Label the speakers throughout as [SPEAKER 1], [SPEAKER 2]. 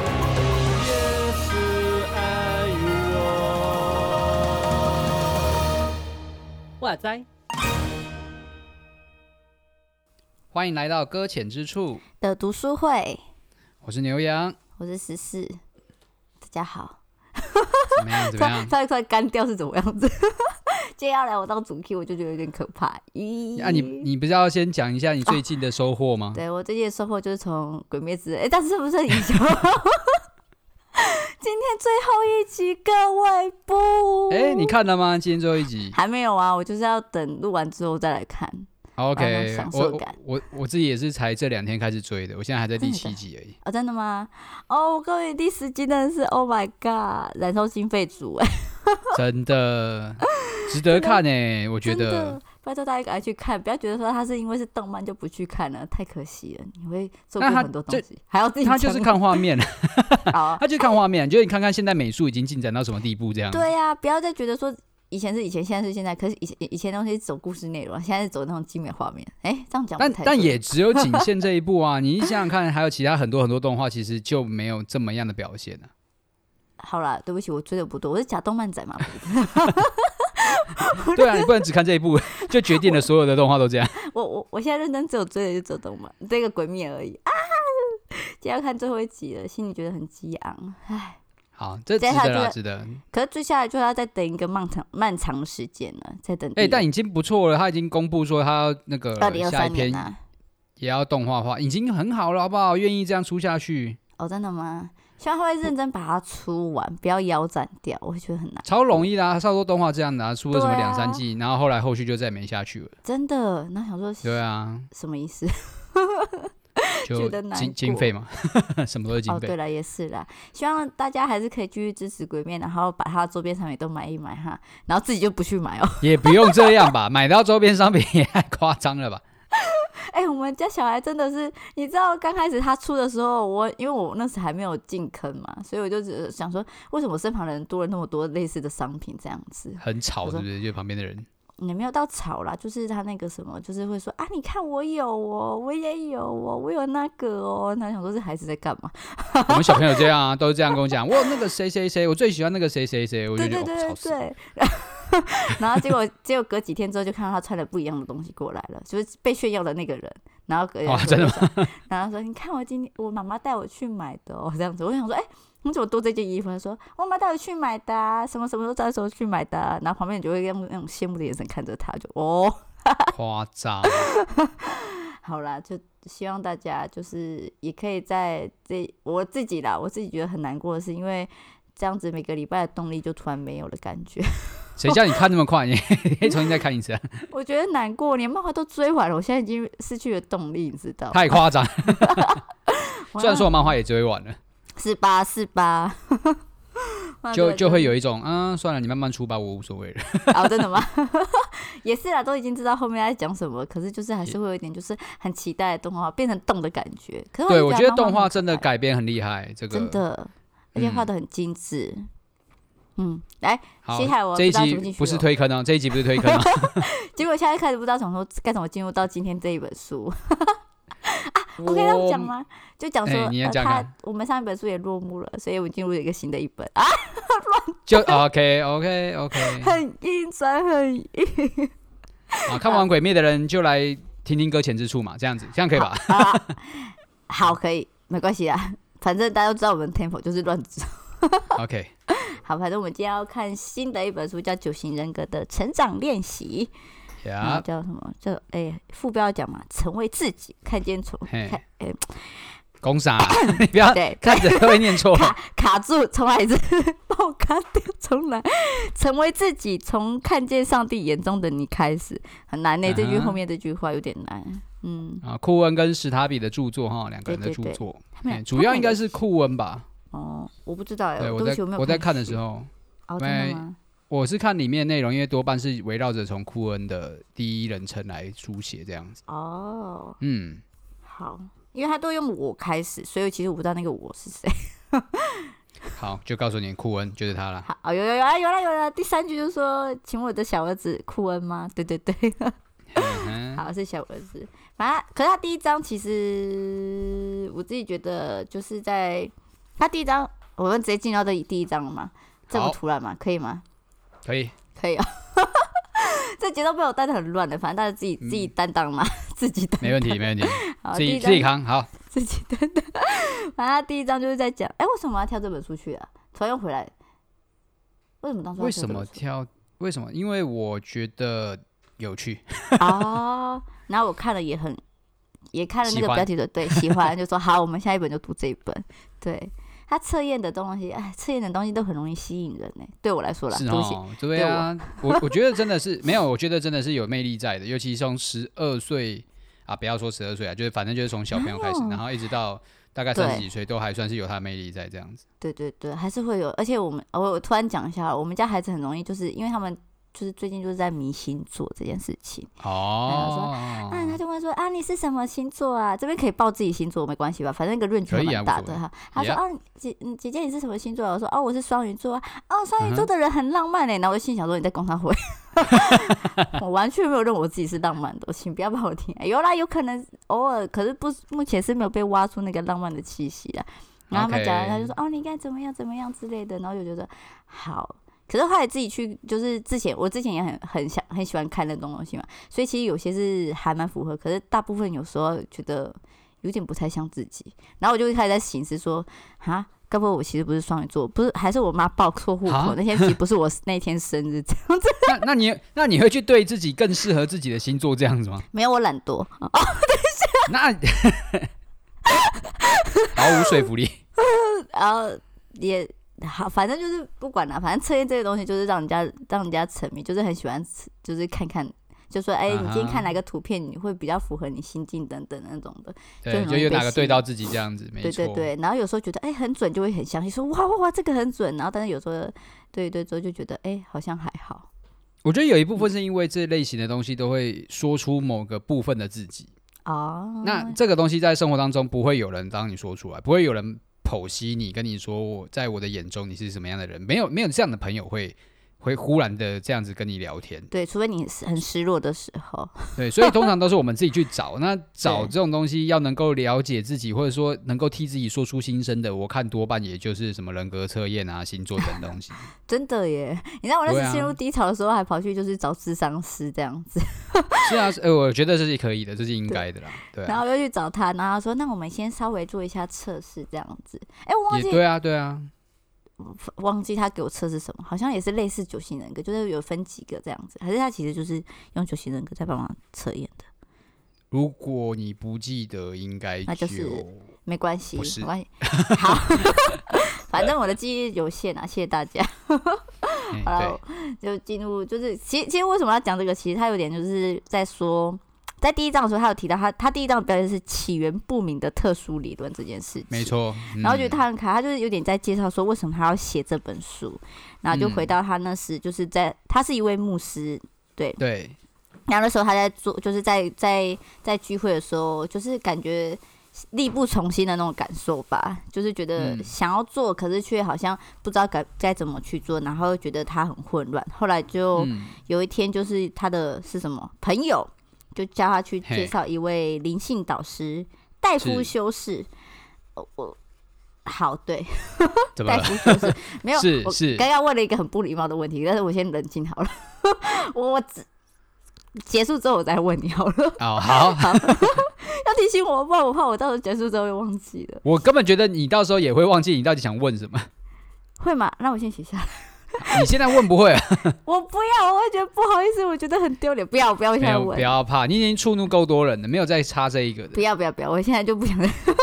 [SPEAKER 1] 也是爱我。哇塞！
[SPEAKER 2] 欢迎来到搁浅之处，
[SPEAKER 3] 的读书会，
[SPEAKER 2] 我是牛 羊，
[SPEAKER 3] 我是十四，大家好。
[SPEAKER 2] 怎么样？怎么样？
[SPEAKER 3] 突然突然干掉是怎么样子？ 接下来我当主 key 我就觉得有点可怕。咦，
[SPEAKER 2] 啊，你你不是要先讲一下你最近的收获吗？
[SPEAKER 3] 对我最近的收获就是从《鬼灭之刃》，哎，但是不是很影响？ 今天最后一集，各位不？
[SPEAKER 2] 哎、你看了吗？今天最后一集。
[SPEAKER 3] 还没有啊？我就是要等录完之后再来看。
[SPEAKER 2] 好
[SPEAKER 3] 哦那种
[SPEAKER 2] OK，
[SPEAKER 3] 享
[SPEAKER 2] 我
[SPEAKER 3] 受感
[SPEAKER 2] 我我我自己也是才这两天开始追的，我现在还在第
[SPEAKER 3] 真的
[SPEAKER 2] 七
[SPEAKER 3] 假
[SPEAKER 2] 集而 已。
[SPEAKER 3] 啊、真的吗？哦，各位第十集真的是 Oh my God，燃烧心肺组哎，
[SPEAKER 2] 真的值得看诶、我觉
[SPEAKER 3] 真
[SPEAKER 2] 得
[SPEAKER 3] 的。拜托大家赶快去看，不要觉得说他是因为是动漫就不去看了，太可惜了，你会错
[SPEAKER 2] 那
[SPEAKER 3] 过
[SPEAKER 2] 它
[SPEAKER 3] 很多
[SPEAKER 2] 这
[SPEAKER 3] 东西，还要自己
[SPEAKER 2] 他就是
[SPEAKER 3] 讲
[SPEAKER 2] 看画面，
[SPEAKER 3] 好啊
[SPEAKER 2] 他就是看画面，就是你看看现在美术已经进展到什么地步这样。
[SPEAKER 3] 对呀、啊不要再觉得说以前是以前，现在是现在，可是以前以前的东西是走故事内容，现在是走那种精美画面。哎、这样讲不
[SPEAKER 2] 但
[SPEAKER 3] 太
[SPEAKER 2] 但
[SPEAKER 3] 对
[SPEAKER 2] 也只 有仅限这一部啊！你一想想看，还有其他很多很多动画，其实就没有这么样的表现 啊。
[SPEAKER 3] 好啦，对不起，我追的不多，我是假动漫仔嘛，
[SPEAKER 2] 对啊，你不能只看这一部，就决定了所有的动画都这样。
[SPEAKER 3] 我我我现在认真只有追的就走动漫，这个鬼灭而已啊。 今天要看最后一集了，心里觉得很激昂，唉。
[SPEAKER 2] 好，这值
[SPEAKER 3] 接下来
[SPEAKER 2] 得啦，
[SPEAKER 3] 就是
[SPEAKER 2] 值得。
[SPEAKER 3] 可是追下来就要再等一个漫长漫长时间了，再等第。
[SPEAKER 2] 哎、但已经不错了，他已经公布说他要那个
[SPEAKER 3] 二零二
[SPEAKER 2] 下一
[SPEAKER 3] 三年
[SPEAKER 2] 篇
[SPEAKER 3] 啊，
[SPEAKER 2] 也要动画化，已经很好了，好不好？愿意这样出下去，
[SPEAKER 3] 哦，真的吗？希望他会认真把它出完，不要腰斩掉，我会觉得很难。
[SPEAKER 2] 超容易啦，差不多动画这样拿、啊、出了什么
[SPEAKER 3] 对啊
[SPEAKER 2] 两三季，然后后来后续就再没下去了。
[SPEAKER 3] 真的，那想说
[SPEAKER 2] 对啊，
[SPEAKER 3] 什么意思？
[SPEAKER 2] 就
[SPEAKER 3] 觉得难
[SPEAKER 2] 经经
[SPEAKER 3] 过
[SPEAKER 2] 费嘛， 什么都是经
[SPEAKER 3] 哦，
[SPEAKER 2] 费。
[SPEAKER 3] 对了，也是啦，希望大家还是可以继续支持鬼面，然后把它的周边产品都买一买哈，然后自己就不去买哦。
[SPEAKER 2] 也不用这样吧，买到周边商品也太夸张了吧？
[SPEAKER 3] 哎、我们家小孩真的是，你知道刚开始他出的时候，我因为我那时还没有进坑嘛，所以我就只是想说，为什么身旁的人多了那么多类似的商品这样子？
[SPEAKER 2] 很吵，
[SPEAKER 3] 我
[SPEAKER 2] 是
[SPEAKER 3] 说
[SPEAKER 2] 不是？就旁边的人，
[SPEAKER 3] 也没有到吵啦，就是他那个什么，就是会说啊，你看我有哦，我也有哦，我有那个哦。那想说这孩子在干嘛？
[SPEAKER 2] 我们小朋友这样啊，都是这样跟我讲。我那个谁谁谁，我最喜欢那个谁谁谁，我就
[SPEAKER 3] 对
[SPEAKER 2] 觉
[SPEAKER 3] 对
[SPEAKER 2] 得哦，
[SPEAKER 3] 对
[SPEAKER 2] 吵死了。
[SPEAKER 3] 对。 然后结果结果隔几天之后，就看到他穿了不一样的东西过来了，就是被炫耀的那个人。然后隔天
[SPEAKER 2] 哇
[SPEAKER 3] 就
[SPEAKER 2] 哦真的
[SPEAKER 3] 想然后说你看我今天我妈妈带我去买的哦，这样子。我想说，哎、你怎么多这件衣服？他说我妈妈带我去买的、啊，什么什么时候带我去买的啊、然后旁边你就会用那种羡慕的眼神看着他，就哦。
[SPEAKER 2] 夸张。
[SPEAKER 3] 好啦，就希望大家就是也可以在这我自己啦，我自己觉得很难过的是，因为这样子每个礼拜的动力就突然没有了感觉，
[SPEAKER 2] 谁叫你看那么快？你 你可以重新再看一次啊，
[SPEAKER 3] 我觉得难过，连漫画都追完了，我现在已经失去了动力，你知道？
[SPEAKER 2] 太夸张。
[SPEAKER 3] 哇
[SPEAKER 2] 虽然说我漫画也追完了，
[SPEAKER 3] 是吧是 吧，哇
[SPEAKER 2] 就
[SPEAKER 3] 啊对
[SPEAKER 2] 就会有一种嗯，算了，你慢慢出吧，我无所谓了。
[SPEAKER 3] 哦，真的吗？ 也是啦，都已经知道后面在讲什么，可是就是还是会有一点就是很期待动画变成动的感觉。可是
[SPEAKER 2] 对，
[SPEAKER 3] 就
[SPEAKER 2] 我觉
[SPEAKER 3] 得
[SPEAKER 2] 得动
[SPEAKER 3] 漫
[SPEAKER 2] 画
[SPEAKER 3] 很
[SPEAKER 2] 真的
[SPEAKER 3] 可爱
[SPEAKER 2] 改编很厉害，这
[SPEAKER 3] 真
[SPEAKER 2] 个
[SPEAKER 3] 的，而且画的很精致。嗯，来，
[SPEAKER 2] 好
[SPEAKER 3] 接下来我。
[SPEAKER 2] 这一
[SPEAKER 3] 不知道怎么
[SPEAKER 2] 集
[SPEAKER 3] 进去
[SPEAKER 2] 不是
[SPEAKER 3] 了
[SPEAKER 2] 推坑哦，这一集不是推坑 哦。
[SPEAKER 3] 结果现在开始不知道怎么说该怎么进入到今天这一本书。 我可以这样讲吗？就讲说，
[SPEAKER 2] 哎你也
[SPEAKER 3] 呃、
[SPEAKER 2] 讲啊
[SPEAKER 3] 他我们上一本书也落幕了，所以我进入了一个新的一本
[SPEAKER 2] 哎
[SPEAKER 3] 啊，
[SPEAKER 2] 就 OK OK OK
[SPEAKER 3] 很硬酸，很硬。
[SPEAKER 2] 啊，看完《鬼灭》的人就来听听搁浅之处嘛，这样子，这样可以吧？
[SPEAKER 3] 啊，好，可以，没关系啦， 反正大家都知道我们 tempo 就是乱走。
[SPEAKER 2] OK，
[SPEAKER 3] 好，反正我们今天要看新的一本书，叫《九型人格的成长练习》，然后
[SPEAKER 2] 呀，
[SPEAKER 3] 叫什么？叫哎、副标讲嘛，成为自己，看见从
[SPEAKER 2] 嘿
[SPEAKER 3] 看哎、
[SPEAKER 2] 公傻，你不要
[SPEAKER 3] 对，
[SPEAKER 2] 看着会念错。啊
[SPEAKER 3] 卡卡住，重来一次， 把我卡掉，重来。成为自己，从看见上帝眼中的你开始，很难
[SPEAKER 2] 嗯
[SPEAKER 3] 呢、
[SPEAKER 2] 哼
[SPEAKER 3] 这句后面这句话有点难。嗯，
[SPEAKER 2] 啊，库恩跟史塔比的著作哈，两个人的著作，
[SPEAKER 3] 他们
[SPEAKER 2] 哎
[SPEAKER 3] 俩
[SPEAKER 2] 主要应该是库恩吧？
[SPEAKER 3] 哦，我不知道哎、
[SPEAKER 2] 对，
[SPEAKER 3] 对不
[SPEAKER 2] 我
[SPEAKER 3] 起，
[SPEAKER 2] 在
[SPEAKER 3] 没有
[SPEAKER 2] 我在看的时
[SPEAKER 3] 候，
[SPEAKER 2] 候，
[SPEAKER 3] 哦，真的吗？
[SPEAKER 2] 我是看里面内容，因为多半是围绕着从库恩的第一人称来书写这样子。
[SPEAKER 3] 哦，
[SPEAKER 2] 嗯，
[SPEAKER 3] 好，因为他都用我开始，所以其实我不知道那个我是谁。
[SPEAKER 2] 好，就告诉你库恩就是 他了。
[SPEAKER 3] 好，哦，有有有啊，有了有了。第三句就说，请问我的小儿子库恩吗？对对对，
[SPEAKER 2] 嗯哼
[SPEAKER 3] 好是小儿子。反正，可是他第一章其实我自己觉得就是在他第一章，我们直接进到这第一章了嘛，这么
[SPEAKER 2] 好
[SPEAKER 3] 突然嘛，可以吗？
[SPEAKER 2] 可以，
[SPEAKER 3] 可以啊、 这节奏被我带的很乱的，反正大家自己自己担当嘛，自己担
[SPEAKER 2] 嗯没问题，没问题，
[SPEAKER 3] 好，
[SPEAKER 2] 自
[SPEAKER 3] 第
[SPEAKER 2] 己
[SPEAKER 3] 一
[SPEAKER 2] 自己
[SPEAKER 3] 章
[SPEAKER 2] 扛。好，
[SPEAKER 3] 自己担当。反正他第一章就是在讲，哎、为什么我要挑这本书去啊？突然又回来，为什么当初要
[SPEAKER 2] 为
[SPEAKER 3] 挑
[SPEAKER 2] 什
[SPEAKER 3] 这
[SPEAKER 2] 么
[SPEAKER 3] 本书啊
[SPEAKER 2] 挑？为什么？因为我觉得有趣。
[SPEAKER 3] 哦，然后我看了也很，也看了那
[SPEAKER 2] 喜
[SPEAKER 3] 个
[SPEAKER 2] 欢
[SPEAKER 3] 标题 的，对，喜欢就说好，我们下一本就读这一本。对他测验的东西，哎，测验的东西都很容易吸引人呢。欸对我来说啦，
[SPEAKER 2] 是
[SPEAKER 3] 对不起，
[SPEAKER 2] 哦，对啊，我我觉得真的是没有，我觉得真的是有魅力在的，尤其从十二岁啊，不要说十二岁啊，就是反正就是从小朋友开始
[SPEAKER 3] 哪，有
[SPEAKER 2] 然后一直到大概
[SPEAKER 3] 哦对
[SPEAKER 2] 三十几岁，都还算是有他的魅力在这样子。
[SPEAKER 3] 对对对，还是会有。而且我们，我我突然讲一下，我们家孩子很容易，就是因为他们就是最近就是在迷星座这件事情。
[SPEAKER 2] 哦，
[SPEAKER 3] 啊，他就问说啊，你是什么星座啊？这边可以报自己星座没关系吧，反正一个润
[SPEAKER 2] 可
[SPEAKER 3] 圈
[SPEAKER 2] 以啊
[SPEAKER 3] 蛮
[SPEAKER 2] 无
[SPEAKER 3] 大
[SPEAKER 2] 所
[SPEAKER 3] 的
[SPEAKER 2] 谓
[SPEAKER 3] 哈。他说
[SPEAKER 2] Yeah
[SPEAKER 3] 啊，姐嗯姐姐你是什么星座啊？我说哦，我是双鱼座啊。哦，双
[SPEAKER 2] 嗯
[SPEAKER 3] 鱼座的人很浪漫欸嘞、然后我就心想说你在攻他 回， 我完全没有认为我自己是浪漫的，请不要把我听。有啦，有可能偶尔，可是不目前是没有被挖出那个浪漫的气息啊。然后他们讲完，他就说：“哦，你应该怎么样怎么样之类的。”然后我就觉得好，可是后来自己去，就是之前我之前也很很想很喜欢看那种东西嘛，所以其实有些是还蛮符合，可是大部分有时候觉得有点不太像自己。然后我就开始在醒思说：“啊，该不会我其实不是双鱼座，不是还是我妈报错户
[SPEAKER 2] 啊
[SPEAKER 3] 口那天其实不是我那天生日，这样子
[SPEAKER 2] 那那你那你会去对自己更适合自己的星座这样子吗？
[SPEAKER 3] 没有我懒惰。”哦
[SPEAKER 2] 那毫无说服力。
[SPEAKER 3] 然后也好，反正就是不管了，反正测验这个东西就是让人家让人家沉迷，就是很喜欢，就是看看，就说哎、
[SPEAKER 2] 啊哈
[SPEAKER 3] 你今天看哪个图片，你会比较符合你心境等等那种的，就
[SPEAKER 2] 对，
[SPEAKER 3] 很
[SPEAKER 2] 就
[SPEAKER 3] 容易
[SPEAKER 2] 有
[SPEAKER 3] 被
[SPEAKER 2] 哪个
[SPEAKER 3] 吸
[SPEAKER 2] 对
[SPEAKER 3] 引
[SPEAKER 2] 到自己这样子，没
[SPEAKER 3] 对
[SPEAKER 2] 错
[SPEAKER 3] 对。对。然后有时候觉得哎、很准，就会很相信，说哇哇哇这个很准。然后但是有时候对对之后就觉得哎、好像还好
[SPEAKER 2] 我觉得有一部分是因为这类型的东西都会说出某个部分的自己，
[SPEAKER 3] 哦。，
[SPEAKER 2] 那这个东西在生活当中不会有人当你说出来，不会有人剖析你，跟你说我在我的眼中你是什么样的人，没有没有这样的朋友会会忽然的这样子跟你聊天
[SPEAKER 3] 对，除非你是很失落的时候，
[SPEAKER 2] 对，所以通常都是我们自己去找。那找这种东西要能够了解自己，或者说能够替自己说出心声的，我看多半也就是什么人格测验啊、星座等东 西。
[SPEAKER 3] 真的耶！你知道我那
[SPEAKER 2] 对
[SPEAKER 3] 次
[SPEAKER 2] 啊
[SPEAKER 3] 陷入低潮的时候，还跑去就是找智商师这样子。
[SPEAKER 2] 是啊，是呃，我觉得这是可以的，这是应该的啦，对
[SPEAKER 3] 然
[SPEAKER 2] 啊，
[SPEAKER 3] 后又去找他，然后他说：“那我们先稍微做一下测试，这样子。”哎，我忘
[SPEAKER 2] 也
[SPEAKER 3] 记
[SPEAKER 2] 对啊，对啊，
[SPEAKER 3] 忘记他给我测试什么，好像也是类似九型人格，就是有分几个这样子，还是他其实就是用九型人格在帮忙测验的，
[SPEAKER 2] 如果你不记得，应该
[SPEAKER 3] 那就是没关系，
[SPEAKER 2] 不是
[SPEAKER 3] 没 关系。好， 反正我的记忆有限啊，谢谢大家。
[SPEAKER 2] 嗯
[SPEAKER 3] 好
[SPEAKER 2] 对
[SPEAKER 3] 了，就进入就是，其实其实为什么要讲这个？其实他有点就是在说。在第一章的时候，他有提到他他第一章的标题是起源不明的特殊理论这件事情，
[SPEAKER 2] 没错。
[SPEAKER 3] 然后觉
[SPEAKER 2] 嗯
[SPEAKER 3] 得他很可爱，他就是有点在介绍说为什么他要写这本书，然后就回到他那时就是在他是一位牧师，
[SPEAKER 2] 对，
[SPEAKER 3] 然后那时候他在做就是在在在聚会的时候，就是感觉力不从心的那种感受吧，就是觉得
[SPEAKER 2] 嗯
[SPEAKER 3] 想要做，可是却好像不知道该该怎么去做，然后又觉得他很混乱。后来就
[SPEAKER 2] 嗯
[SPEAKER 3] 有一天，就是他的是什么朋友就叫他去
[SPEAKER 2] 嘿
[SPEAKER 3] 介绍一位灵性导师戴夫
[SPEAKER 2] 是
[SPEAKER 3] 修士，哦我好对。
[SPEAKER 2] 怎么
[SPEAKER 3] 戴
[SPEAKER 2] 了？
[SPEAKER 3] 夫修 士没有，
[SPEAKER 2] 是
[SPEAKER 3] 我
[SPEAKER 2] 是
[SPEAKER 3] 刚刚问了一个很不礼貌的问题，但是我先冷静好了， 我我只结束之后我再问你好了，
[SPEAKER 2] 哦，好，
[SPEAKER 3] 好，要提醒我，不然我怕我到时候结束之后会忘记了，
[SPEAKER 2] 我根本觉得你到时候也会忘记你到底想问什么。
[SPEAKER 3] 会吗？那我先写下来，
[SPEAKER 2] 你现在问不会啊，
[SPEAKER 3] 我不要，我会觉得不好意思，我觉得很丢脸，不要 不要，我现
[SPEAKER 2] 没
[SPEAKER 3] 在
[SPEAKER 2] 有，
[SPEAKER 3] 问
[SPEAKER 2] 不，要怕，你已经触怒够多人了，没有再插这一个
[SPEAKER 3] 不
[SPEAKER 2] 的。
[SPEAKER 3] 要不要不要，我现在就不想。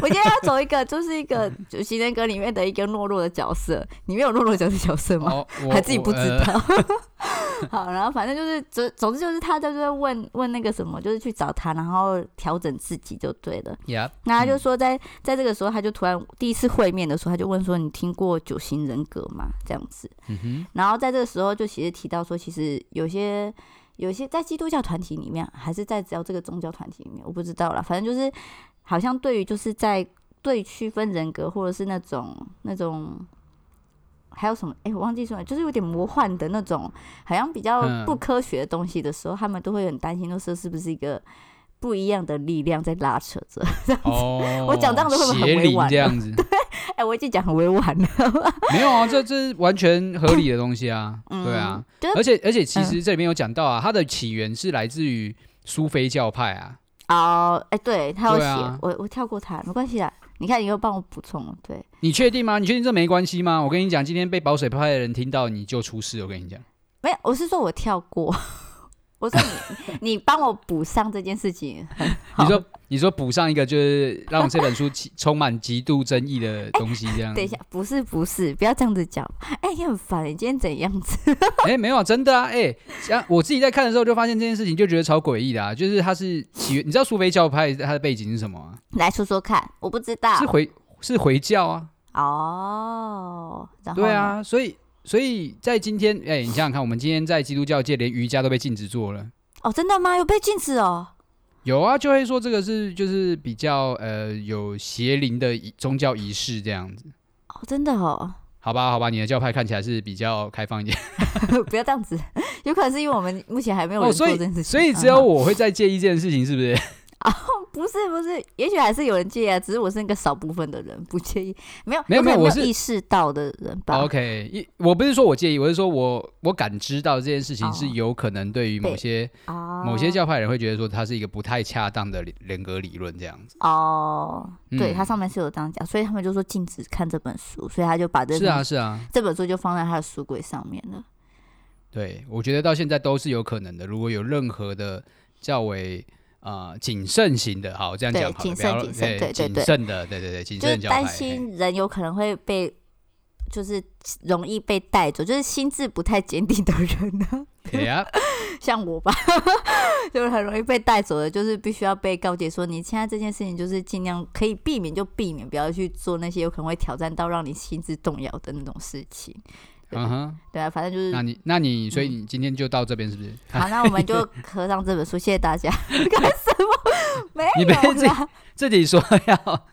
[SPEAKER 3] 我今天要走一个，就是一个《九型人格》里面的一个懦弱的角色。你没有懦弱角色角色吗？
[SPEAKER 2] 哦，我
[SPEAKER 3] 还自己不知。
[SPEAKER 2] 我呃
[SPEAKER 3] 道。 好，然后反正就是总总之就是他就是在问问那个什么，就是去找他，然后调整自己就对了。
[SPEAKER 2] 呀，
[SPEAKER 3] 那他就说在在这个时候，他就突然第一次会面的时候，他就问说：“你听过九型人格吗？”这样子。
[SPEAKER 2] 嗯哼，
[SPEAKER 3] 然后在这个时候就其实提到说，其实有些有些在基督教团体里面，还是在只要这个宗教团体里面，我不知道啦，反正就是好像对于就是在对区分人格，或者是那种那种还有什么？哎、我忘记说了，就是有点魔幻的那种，好像比较
[SPEAKER 2] 嗯
[SPEAKER 3] 不科学的东西的时候，他们都会很担心，说是是不是一个不一样的力量在拉扯着？
[SPEAKER 2] 哦，
[SPEAKER 3] 我讲这样子会不会很
[SPEAKER 2] 邪
[SPEAKER 3] 委
[SPEAKER 2] 灵
[SPEAKER 3] 婉
[SPEAKER 2] 这样 子？
[SPEAKER 3] 哎、我已经讲很委婉了，
[SPEAKER 2] 没有啊，这这是完全合理的东西啊，对啊，
[SPEAKER 3] 嗯就嗯
[SPEAKER 2] 而且而且其实这里面有讲到啊，它的起源是来自于苏菲教派啊，
[SPEAKER 3] 哦，哎、对他有写，
[SPEAKER 2] 对啊
[SPEAKER 3] 我我跳过他，没关系啦。你看，你又帮我补充了，对，
[SPEAKER 2] 你确定吗？你确定这没关系吗？我跟你讲，今天被保水派的人听到你就出事，我跟你讲。
[SPEAKER 3] 没有，我是说我跳过， 我说你 你帮我补上这件事情，好
[SPEAKER 2] 你说你说补上一个，就是让这本书极充满极度争议的东西，这样。
[SPEAKER 3] 哎等一下，，不是不是，不要这样子讲，哎、你很烦，你今天怎样子？
[SPEAKER 2] 哎，没有啊，真的啊，哎，像我自己在看的时候就发现这件事情，就觉得超诡异的啊，就是它是起源，你知道苏菲教派它的背景是什么吗？
[SPEAKER 3] 来说说看，我不知道
[SPEAKER 2] 是回是回教啊，
[SPEAKER 3] 哦，然后
[SPEAKER 2] 对
[SPEAKER 3] 呢，
[SPEAKER 2] 啊，所以所以在今天，哎，你想想看，我们今天在基督教界连瑜伽都被禁止做了。
[SPEAKER 3] 哦，真的吗？有被禁止哦，
[SPEAKER 2] 有啊，就会说这个是就是比较呃有邪灵的仪宗教仪式这样子，
[SPEAKER 3] 哦，真的哦，
[SPEAKER 2] 好吧，好吧，你的教派看起来是比较开放一点
[SPEAKER 3] 不要这样子，有可能是因为我们目前还没有人
[SPEAKER 2] 哦，所
[SPEAKER 3] 做这
[SPEAKER 2] 以
[SPEAKER 3] 件事情，
[SPEAKER 2] 所以只
[SPEAKER 3] 嗯
[SPEAKER 2] 有
[SPEAKER 3] 好
[SPEAKER 2] 我会在介意这件事情，是不 是？
[SPEAKER 3] 不是不是，也许还是有人介意啊，只是我是那个少部分的人不介意，没有
[SPEAKER 2] 没有
[SPEAKER 3] 可
[SPEAKER 2] 没
[SPEAKER 3] 能
[SPEAKER 2] 有
[SPEAKER 3] 没
[SPEAKER 2] 我
[SPEAKER 3] 有
[SPEAKER 2] 是哦
[SPEAKER 3] 意识到的人吧。
[SPEAKER 2] OK，一我不是说我介意，我是说我我感知到这件事情是
[SPEAKER 3] 哦
[SPEAKER 2] 有可能对于某
[SPEAKER 3] 对
[SPEAKER 2] 些、
[SPEAKER 3] 哦，
[SPEAKER 2] 某些教派人会觉得说它是一个不太恰当的人人格理论这样子。
[SPEAKER 3] 哦，对，
[SPEAKER 2] 嗯
[SPEAKER 3] 它上面是有这样讲，所以他们就说禁止看这本书，所以他就把这
[SPEAKER 2] 是啊是啊，
[SPEAKER 3] 这本书就放在他的书柜上面了。
[SPEAKER 2] 对我觉得到现在都是有可能的。如果有任何的较为啊谨慎型的，好这样
[SPEAKER 3] 对
[SPEAKER 2] 讲好了，
[SPEAKER 3] 谨
[SPEAKER 2] 不要
[SPEAKER 3] 慎谨慎对对
[SPEAKER 2] 谨
[SPEAKER 3] 对
[SPEAKER 2] 慎的，对对对，谨
[SPEAKER 3] 就
[SPEAKER 2] 慎
[SPEAKER 3] 是
[SPEAKER 2] 的教
[SPEAKER 3] 担
[SPEAKER 2] 派嘿
[SPEAKER 3] 心人有可能会被，就是容易被带走，就是心智不太坚定的人呢、
[SPEAKER 2] 对 啊，
[SPEAKER 3] 像我吧， 就是很容易被带走的，就是必须要被告诫说，你现在这件事情就是尽量可以避免就避免，不要去做那些有可能会挑战到让你心智动摇的那种事情。对
[SPEAKER 2] 嗯哼，
[SPEAKER 3] 对啊，反正就是
[SPEAKER 2] 那你那你所以
[SPEAKER 3] 嗯
[SPEAKER 2] 你今天就到这边是不是？
[SPEAKER 3] 好，那我们就合上这本书，谢谢大家。 干什么？没
[SPEAKER 2] 你别自
[SPEAKER 3] 有
[SPEAKER 2] 己
[SPEAKER 3] 啦，
[SPEAKER 2] 自己说要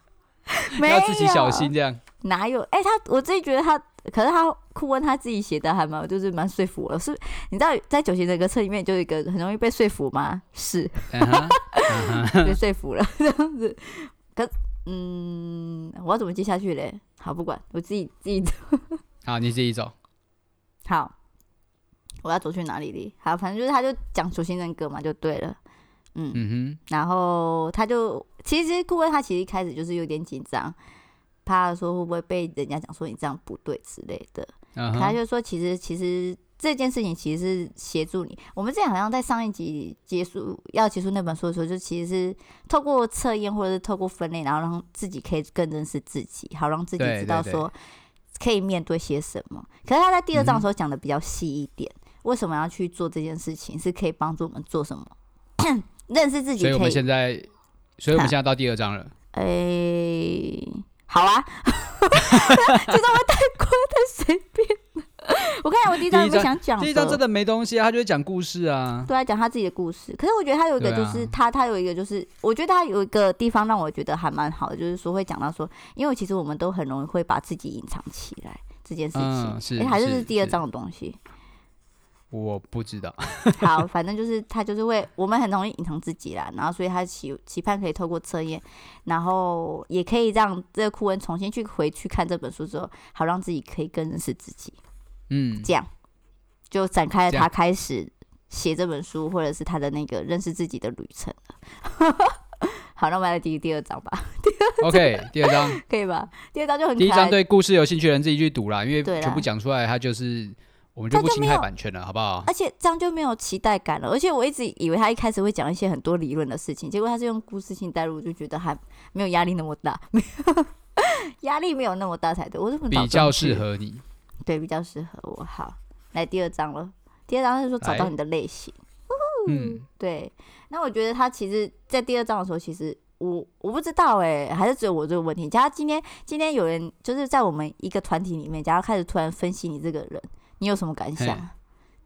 [SPEAKER 3] 没有
[SPEAKER 2] 要自己小心。这样，
[SPEAKER 3] 哪有？哎、他我自己觉得他，可是他酷问他自己写的还蛮，就是蛮说服我的。是，你知道在九型人格册里面就有一个很容易被说服吗？是
[SPEAKER 2] 嗯哼，嗯哼
[SPEAKER 3] 被说服了 这样子。可嗯，我要怎么接下去嘞？好，不管，我自己自己
[SPEAKER 2] 好，你自己走。
[SPEAKER 3] 好。我要走去哪里嘞？好，反正就是他就讲九型人格嘛，就对了。嗯
[SPEAKER 2] 嗯
[SPEAKER 3] 然后他就其实顾问他其实一开始就是有点紧张，怕说会不会被人家讲说你这样不对之类的。
[SPEAKER 2] 哼，嗯
[SPEAKER 3] 可他
[SPEAKER 2] 哼，
[SPEAKER 3] 就说其实其实这件事情其实是协助你。我们之前好像在上一集结束要结束那本书的时候，就其实是透过测验或者是透过分类，然后让自己可以更认识自己，好让自己
[SPEAKER 2] 对
[SPEAKER 3] 知道
[SPEAKER 2] 对对
[SPEAKER 3] 说可以面对些什么。可是他在第二章
[SPEAKER 2] 嗯
[SPEAKER 3] 的时候讲的比较细一点，为什么要去做这件事情，是可以帮助我们做什么。 认识自己
[SPEAKER 2] 所以我
[SPEAKER 3] 可
[SPEAKER 2] 们
[SPEAKER 3] 以
[SPEAKER 2] 现在，所以我们现在到第二章了。
[SPEAKER 3] 哎、好啊， 这张会太过太随便了。我看我第一张有没有想讲，
[SPEAKER 2] 第一章真的没东西啊，他就是讲故事啊。
[SPEAKER 3] 对他讲他自己的故事。可是我觉得他有一个
[SPEAKER 2] 对
[SPEAKER 3] 就
[SPEAKER 2] 啊
[SPEAKER 3] 是、他他有一个就是，我觉得他有一个地方让我觉得还蛮好的，就是说会讲到说，因为其实我们都很容易会把自己隐藏起来这件事情。
[SPEAKER 2] 嗯是
[SPEAKER 3] 哎还是
[SPEAKER 2] 是
[SPEAKER 3] 是第二
[SPEAKER 2] 是
[SPEAKER 3] 章的东西。
[SPEAKER 2] 我不知道，
[SPEAKER 3] 好，反正就是他就是会，我们很容易隐藏自己啦，然后所以他期期盼可以透过测验，然后也可以让这个库恩重新去回去看这本书之后，好让自己可以更认识自己，
[SPEAKER 2] 嗯，
[SPEAKER 3] 这样就展开了
[SPEAKER 2] 这
[SPEAKER 3] 他
[SPEAKER 2] 样
[SPEAKER 3] 开始写这本书或者是他的那个认识自己的旅程了 好，那我们来第第二章吧，
[SPEAKER 2] OK，第二章，
[SPEAKER 3] 可以吧？第二章就 很可
[SPEAKER 2] 第一
[SPEAKER 3] 爱。
[SPEAKER 2] 章对故事有兴趣的人自己去读啦，因为
[SPEAKER 3] 对啦
[SPEAKER 2] 全部讲出来，它就是我们就
[SPEAKER 3] 它
[SPEAKER 2] 不
[SPEAKER 3] 就
[SPEAKER 2] 侵
[SPEAKER 3] 没
[SPEAKER 2] 害
[SPEAKER 3] 有啊
[SPEAKER 2] 版权了，好不好？
[SPEAKER 3] 而且这样就没有期待感了。而且我一直以为他一开始会讲一些很多理论的事情，结果他是用故事性带入，我就觉得还没有压力那么大， 没有压力没有那么大才对。我这么
[SPEAKER 2] 比较适，合你。
[SPEAKER 3] 对，比较适合我。好，来第二章了。第二章是说找到
[SPEAKER 2] 来
[SPEAKER 3] 你的类型。
[SPEAKER 2] 嗯，
[SPEAKER 3] 对，那我觉得他其实，在第二章的时候，其实我我不知道哎、还是只有我这个问题。假如今天今天有人就是在我们一个团体里面，假如开始突然分析你这个人，你有什么感想
[SPEAKER 2] 嘿
[SPEAKER 3] 啊？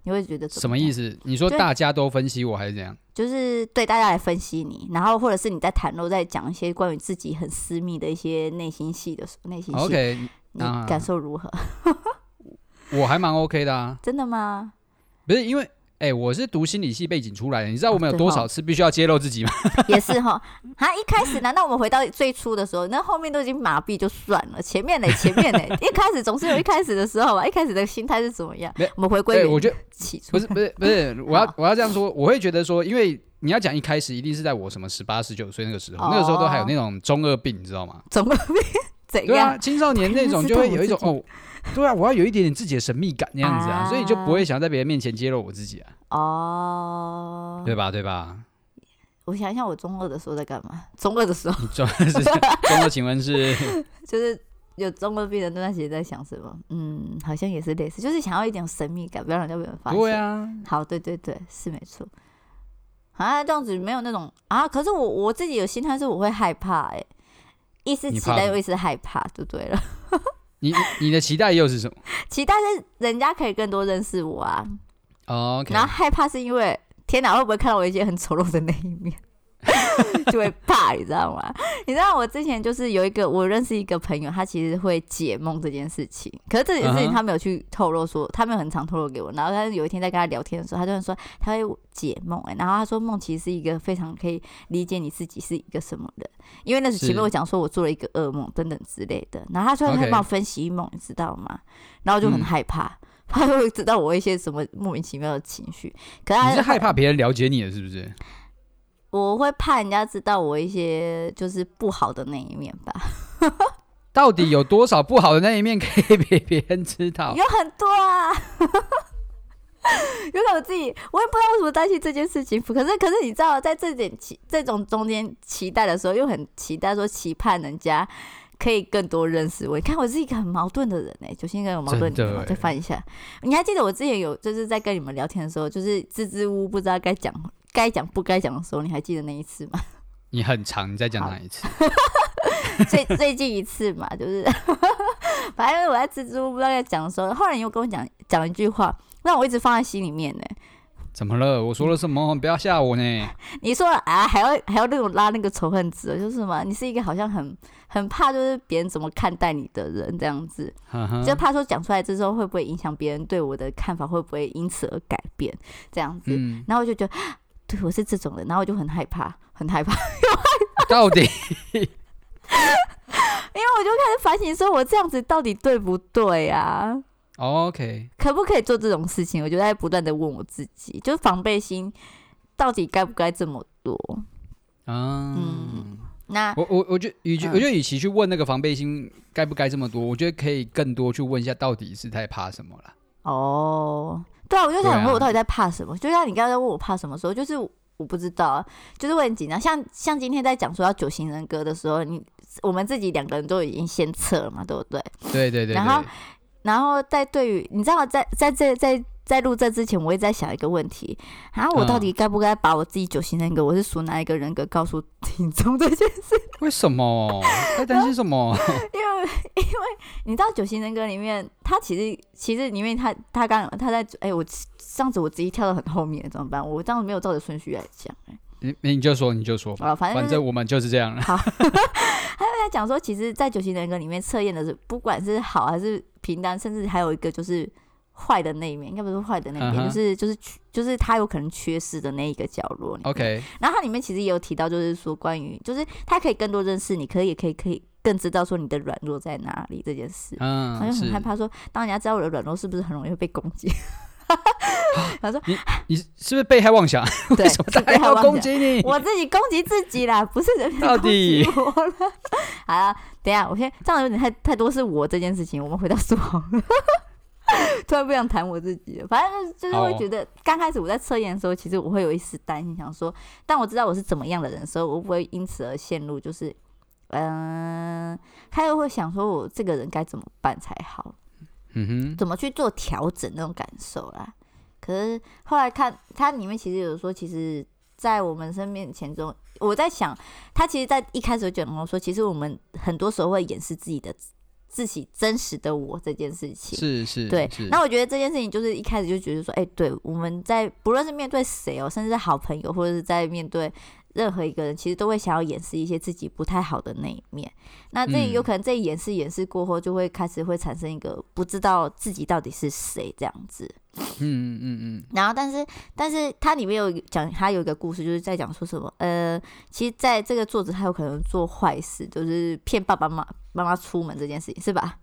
[SPEAKER 3] 你会觉得怎
[SPEAKER 2] 什么意
[SPEAKER 3] 思？
[SPEAKER 2] 思？你说
[SPEAKER 3] 就
[SPEAKER 2] 大家都分析我还是怎样？
[SPEAKER 3] 就是对大家来分析你，然后或者是你在袒露、在讲一些关于自己很私密的一些内心戏的时候内心戏
[SPEAKER 2] 哦 OK，
[SPEAKER 3] 你
[SPEAKER 2] 啊
[SPEAKER 3] 感受如何？
[SPEAKER 2] 我还蛮 OK 的啊，
[SPEAKER 3] 真的吗？
[SPEAKER 2] 不是因为。哎、我是读心理系背景出来的，你知道我们
[SPEAKER 3] 哦
[SPEAKER 2] 有
[SPEAKER 3] 对
[SPEAKER 2] 多
[SPEAKER 3] 哦
[SPEAKER 2] 少次必须要揭露自己吗？
[SPEAKER 3] 也是哈，啊，一开始难道我们回到最初的时候，那后面都已经麻痹就算了，前面嘞，前面嘞，一开始总是有一开始的时候吧，一开始的心态是怎么样
[SPEAKER 2] 没？
[SPEAKER 3] 我们回归
[SPEAKER 2] 对，
[SPEAKER 3] 原
[SPEAKER 2] 我觉得
[SPEAKER 3] 起初
[SPEAKER 2] 不是不是不是，我要
[SPEAKER 3] 好
[SPEAKER 2] 我要这样说，我会觉得说，因为你要讲一开始一定是在我什么十八十九岁那个时候，那个时候都还有
[SPEAKER 3] 哦哎
[SPEAKER 2] 那种中二病，你知道吗？
[SPEAKER 3] 总会变怎
[SPEAKER 2] 对啊，
[SPEAKER 3] 样？
[SPEAKER 2] 青少年那种就会有一种哦，对啊，我要有一点点自己的神秘感那样子啊，
[SPEAKER 3] 啊
[SPEAKER 2] 所以就不会想在别人面前揭露我自己啊，
[SPEAKER 3] 哦，
[SPEAKER 2] 对吧？对吧？
[SPEAKER 3] 我想一下，我中二的时候在干嘛？中二 的时候
[SPEAKER 2] 你中是中国，请问 是
[SPEAKER 3] 就是有中二病的那段时间在想什么？嗯，好像也是类似，就是想要一点神秘感，不要让人家被人发现。
[SPEAKER 2] 对啊，
[SPEAKER 3] 好，对对对，是没错。啊，这样子没有那种啊，可是我我自己有心态是我会害怕哎、一丝
[SPEAKER 2] 你
[SPEAKER 3] 期
[SPEAKER 2] 怕
[SPEAKER 3] 待
[SPEAKER 2] 什
[SPEAKER 3] 又
[SPEAKER 2] 么
[SPEAKER 3] 一丝害怕，就对了。
[SPEAKER 2] 你你的期待又是什么
[SPEAKER 3] 期待是人家可以更多认识我啊，
[SPEAKER 2] 哦？OK，
[SPEAKER 3] 然后害怕是因为天哪，会不会看到我一些很丑陋的那一面， 就会怕，你知道吗？你知道我之前就是有一个我认识一个朋友，他其实会解梦这件事情，可是这件
[SPEAKER 2] 嗯
[SPEAKER 3] 事情
[SPEAKER 2] 哼
[SPEAKER 3] 他没有去透露说，他没有很常透露给我。然后但是有一天在跟他聊天的时候，他就说他会解梦、欸，然后他说梦其实是一个非常可以理解你自己是一个什么人，因为那时
[SPEAKER 2] 是
[SPEAKER 3] 前面我讲说我做了一个噩梦等等之类的，然后他说他
[SPEAKER 2] OK
[SPEAKER 3] 帮我分析梦，你知道吗？然后就很
[SPEAKER 2] 嗯
[SPEAKER 3] 害怕。他会知道我一些什么莫名其妙的情绪，可是他
[SPEAKER 2] 你是害怕别人了解你了是不是？
[SPEAKER 3] 我会怕人家知道我一些就是不好的那一面吧，
[SPEAKER 2] 到底有多少不好的那一面可以 被别人知道？
[SPEAKER 3] 有很多啊。如果我自己，我也不知道为什么担心这件事情。可是，可是你知道，在这点期这种中间期待的时候，又很期待说期盼人家可以更多认识我。你看，我是一个很矛盾的人哎、欸，就是一个有矛盾
[SPEAKER 2] 真的
[SPEAKER 3] 的人。我
[SPEAKER 2] 欸
[SPEAKER 3] 再翻一下，你还记得我之前有就是在跟你们聊天的时候，就是支支吾吾不知道该讲该讲不该讲的时候，你还记得那一次吗？
[SPEAKER 2] 你很长，你再讲哪一次？
[SPEAKER 3] 最最近一次嘛，就是反正我在蜘蛛不知道在讲的时候，后来你又跟我讲讲一句话，让我一直放在心里面呢。
[SPEAKER 2] 怎么了？我说了什么？不要吓我 呢！
[SPEAKER 3] 你说啊，还要还要那种拉那个仇恨值，哦就是什么，你是一个好像很很怕就是别人怎么看待你的人这样子，
[SPEAKER 2] 哈哈
[SPEAKER 3] 就怕说讲出来之后会不会影响别人对我的看法，会不会因此而改变这样子。
[SPEAKER 2] 嗯，
[SPEAKER 3] 然后我就觉得，对我是这种人，然后我就很害怕，很害怕。
[SPEAKER 2] 到底
[SPEAKER 3] 因为我就开始反省，说我这样子到底对不对啊？
[SPEAKER 2] OK，
[SPEAKER 3] 可不可以做这种事情？我就在不断的问我自己，就是防备心到底该不该这么多？
[SPEAKER 2] 嗯，
[SPEAKER 3] 那
[SPEAKER 2] 我我我觉得，与其、
[SPEAKER 3] 嗯
[SPEAKER 2] 我觉得，与其去问那个防备心该不该这么多，我觉得可以更多去问一下，到底是在怕什么啦。
[SPEAKER 3] 哦，对啊，我就想
[SPEAKER 2] 对啊
[SPEAKER 3] 问我到底在怕什么？就像你刚才问我怕什么时候，就是我不知道啊，就是我很紧张。像像今天在讲说要九型人格的时候，你我们自己两个人都已经先测了嘛，对不对？
[SPEAKER 2] 对对对
[SPEAKER 3] 然后
[SPEAKER 2] 对，
[SPEAKER 3] 然后在对于你知道在，在在在在录这之前，我也在想一个问题啊，我到底
[SPEAKER 2] 嗯
[SPEAKER 3] 该不该把我自己九型人格，我是属哪一个人格，告诉听众 这件事？
[SPEAKER 2] 为什么在担心什么？
[SPEAKER 3] 因为因为你知道九型人格里面，它其实其实里面它它刚它在哎、我这样子我直接跳到很后面怎么办？我这样子没有照着顺序来讲、哎
[SPEAKER 2] 你你就说你就说吧，
[SPEAKER 3] 好了，反正
[SPEAKER 2] 反
[SPEAKER 3] 就是
[SPEAKER 2] 正我们就是这样了。
[SPEAKER 3] 他讲说，其实，在九型人格里面测验的是，不管是好还是平淡，甚至还有一个就是坏的那一面，应该不是坏的那一面
[SPEAKER 2] 嗯哼
[SPEAKER 3] 就是就是缺就是他有可能缺失的那一个角落里面。
[SPEAKER 2] OK，
[SPEAKER 3] 然后它里面其实也有提到，就是说关于，就是他可以更多认识你，可以也可以可以更知道说你的软弱在哪里这件事。他
[SPEAKER 2] 嗯，
[SPEAKER 3] 就是很害怕说，当人家知道我的软弱，是不是很容易会被攻 击？他说
[SPEAKER 2] 你是不是被害妄想？：“
[SPEAKER 3] 对，
[SPEAKER 2] 为什么大
[SPEAKER 3] 是
[SPEAKER 2] 家
[SPEAKER 3] 被害
[SPEAKER 2] 要
[SPEAKER 3] 妄
[SPEAKER 2] 攻
[SPEAKER 3] 想
[SPEAKER 2] 击你？
[SPEAKER 3] 我自己攻击自己啦，不是人家
[SPEAKER 2] 到
[SPEAKER 3] 攻击
[SPEAKER 2] 底
[SPEAKER 3] 我了。 好了，等一下，我先这样有点太太多是我这件事情，我们回到书好了。 突然不想谈我自己了，反正就是就是
[SPEAKER 2] 好
[SPEAKER 3] 会
[SPEAKER 2] 哦
[SPEAKER 3] 觉得，刚开始我在测验的时候，其实我会有一丝担心，想说，当我知道我是怎么样的人的时候，我会不会因此而陷入就是，嗯、他又会想说我这个人该怎么办才好。
[SPEAKER 2] 嗯哼，
[SPEAKER 3] 怎么去做调整那种感受啦。可是后来看它里面其实有说，其实，在我们身边前中，我在想，他其实，在一开始就讲到说，其实我们很多时候会掩饰自己的自己真实的我这件事情。
[SPEAKER 2] 是是，
[SPEAKER 3] 对
[SPEAKER 2] 是，
[SPEAKER 3] 那我觉得这件事情就是一开始就觉得说，哎、对，我们在不论是面对谁哦，甚至是好朋友，或者是在面对任何一个人，其实都会想要掩饰一些自己不太好的那一面。那这
[SPEAKER 2] 嗯
[SPEAKER 3] 有可能这掩饰掩饰过后，就会开始会产生一个不知道自己到底是谁这样子。
[SPEAKER 2] 嗯嗯嗯嗯，
[SPEAKER 3] 然后，但是，但是它里面有讲，它有一个故事，就是在讲说什么，呃，其实在这个作者他有可能做坏事，就是骗爸爸妈妈妈出门这件事情，是吧？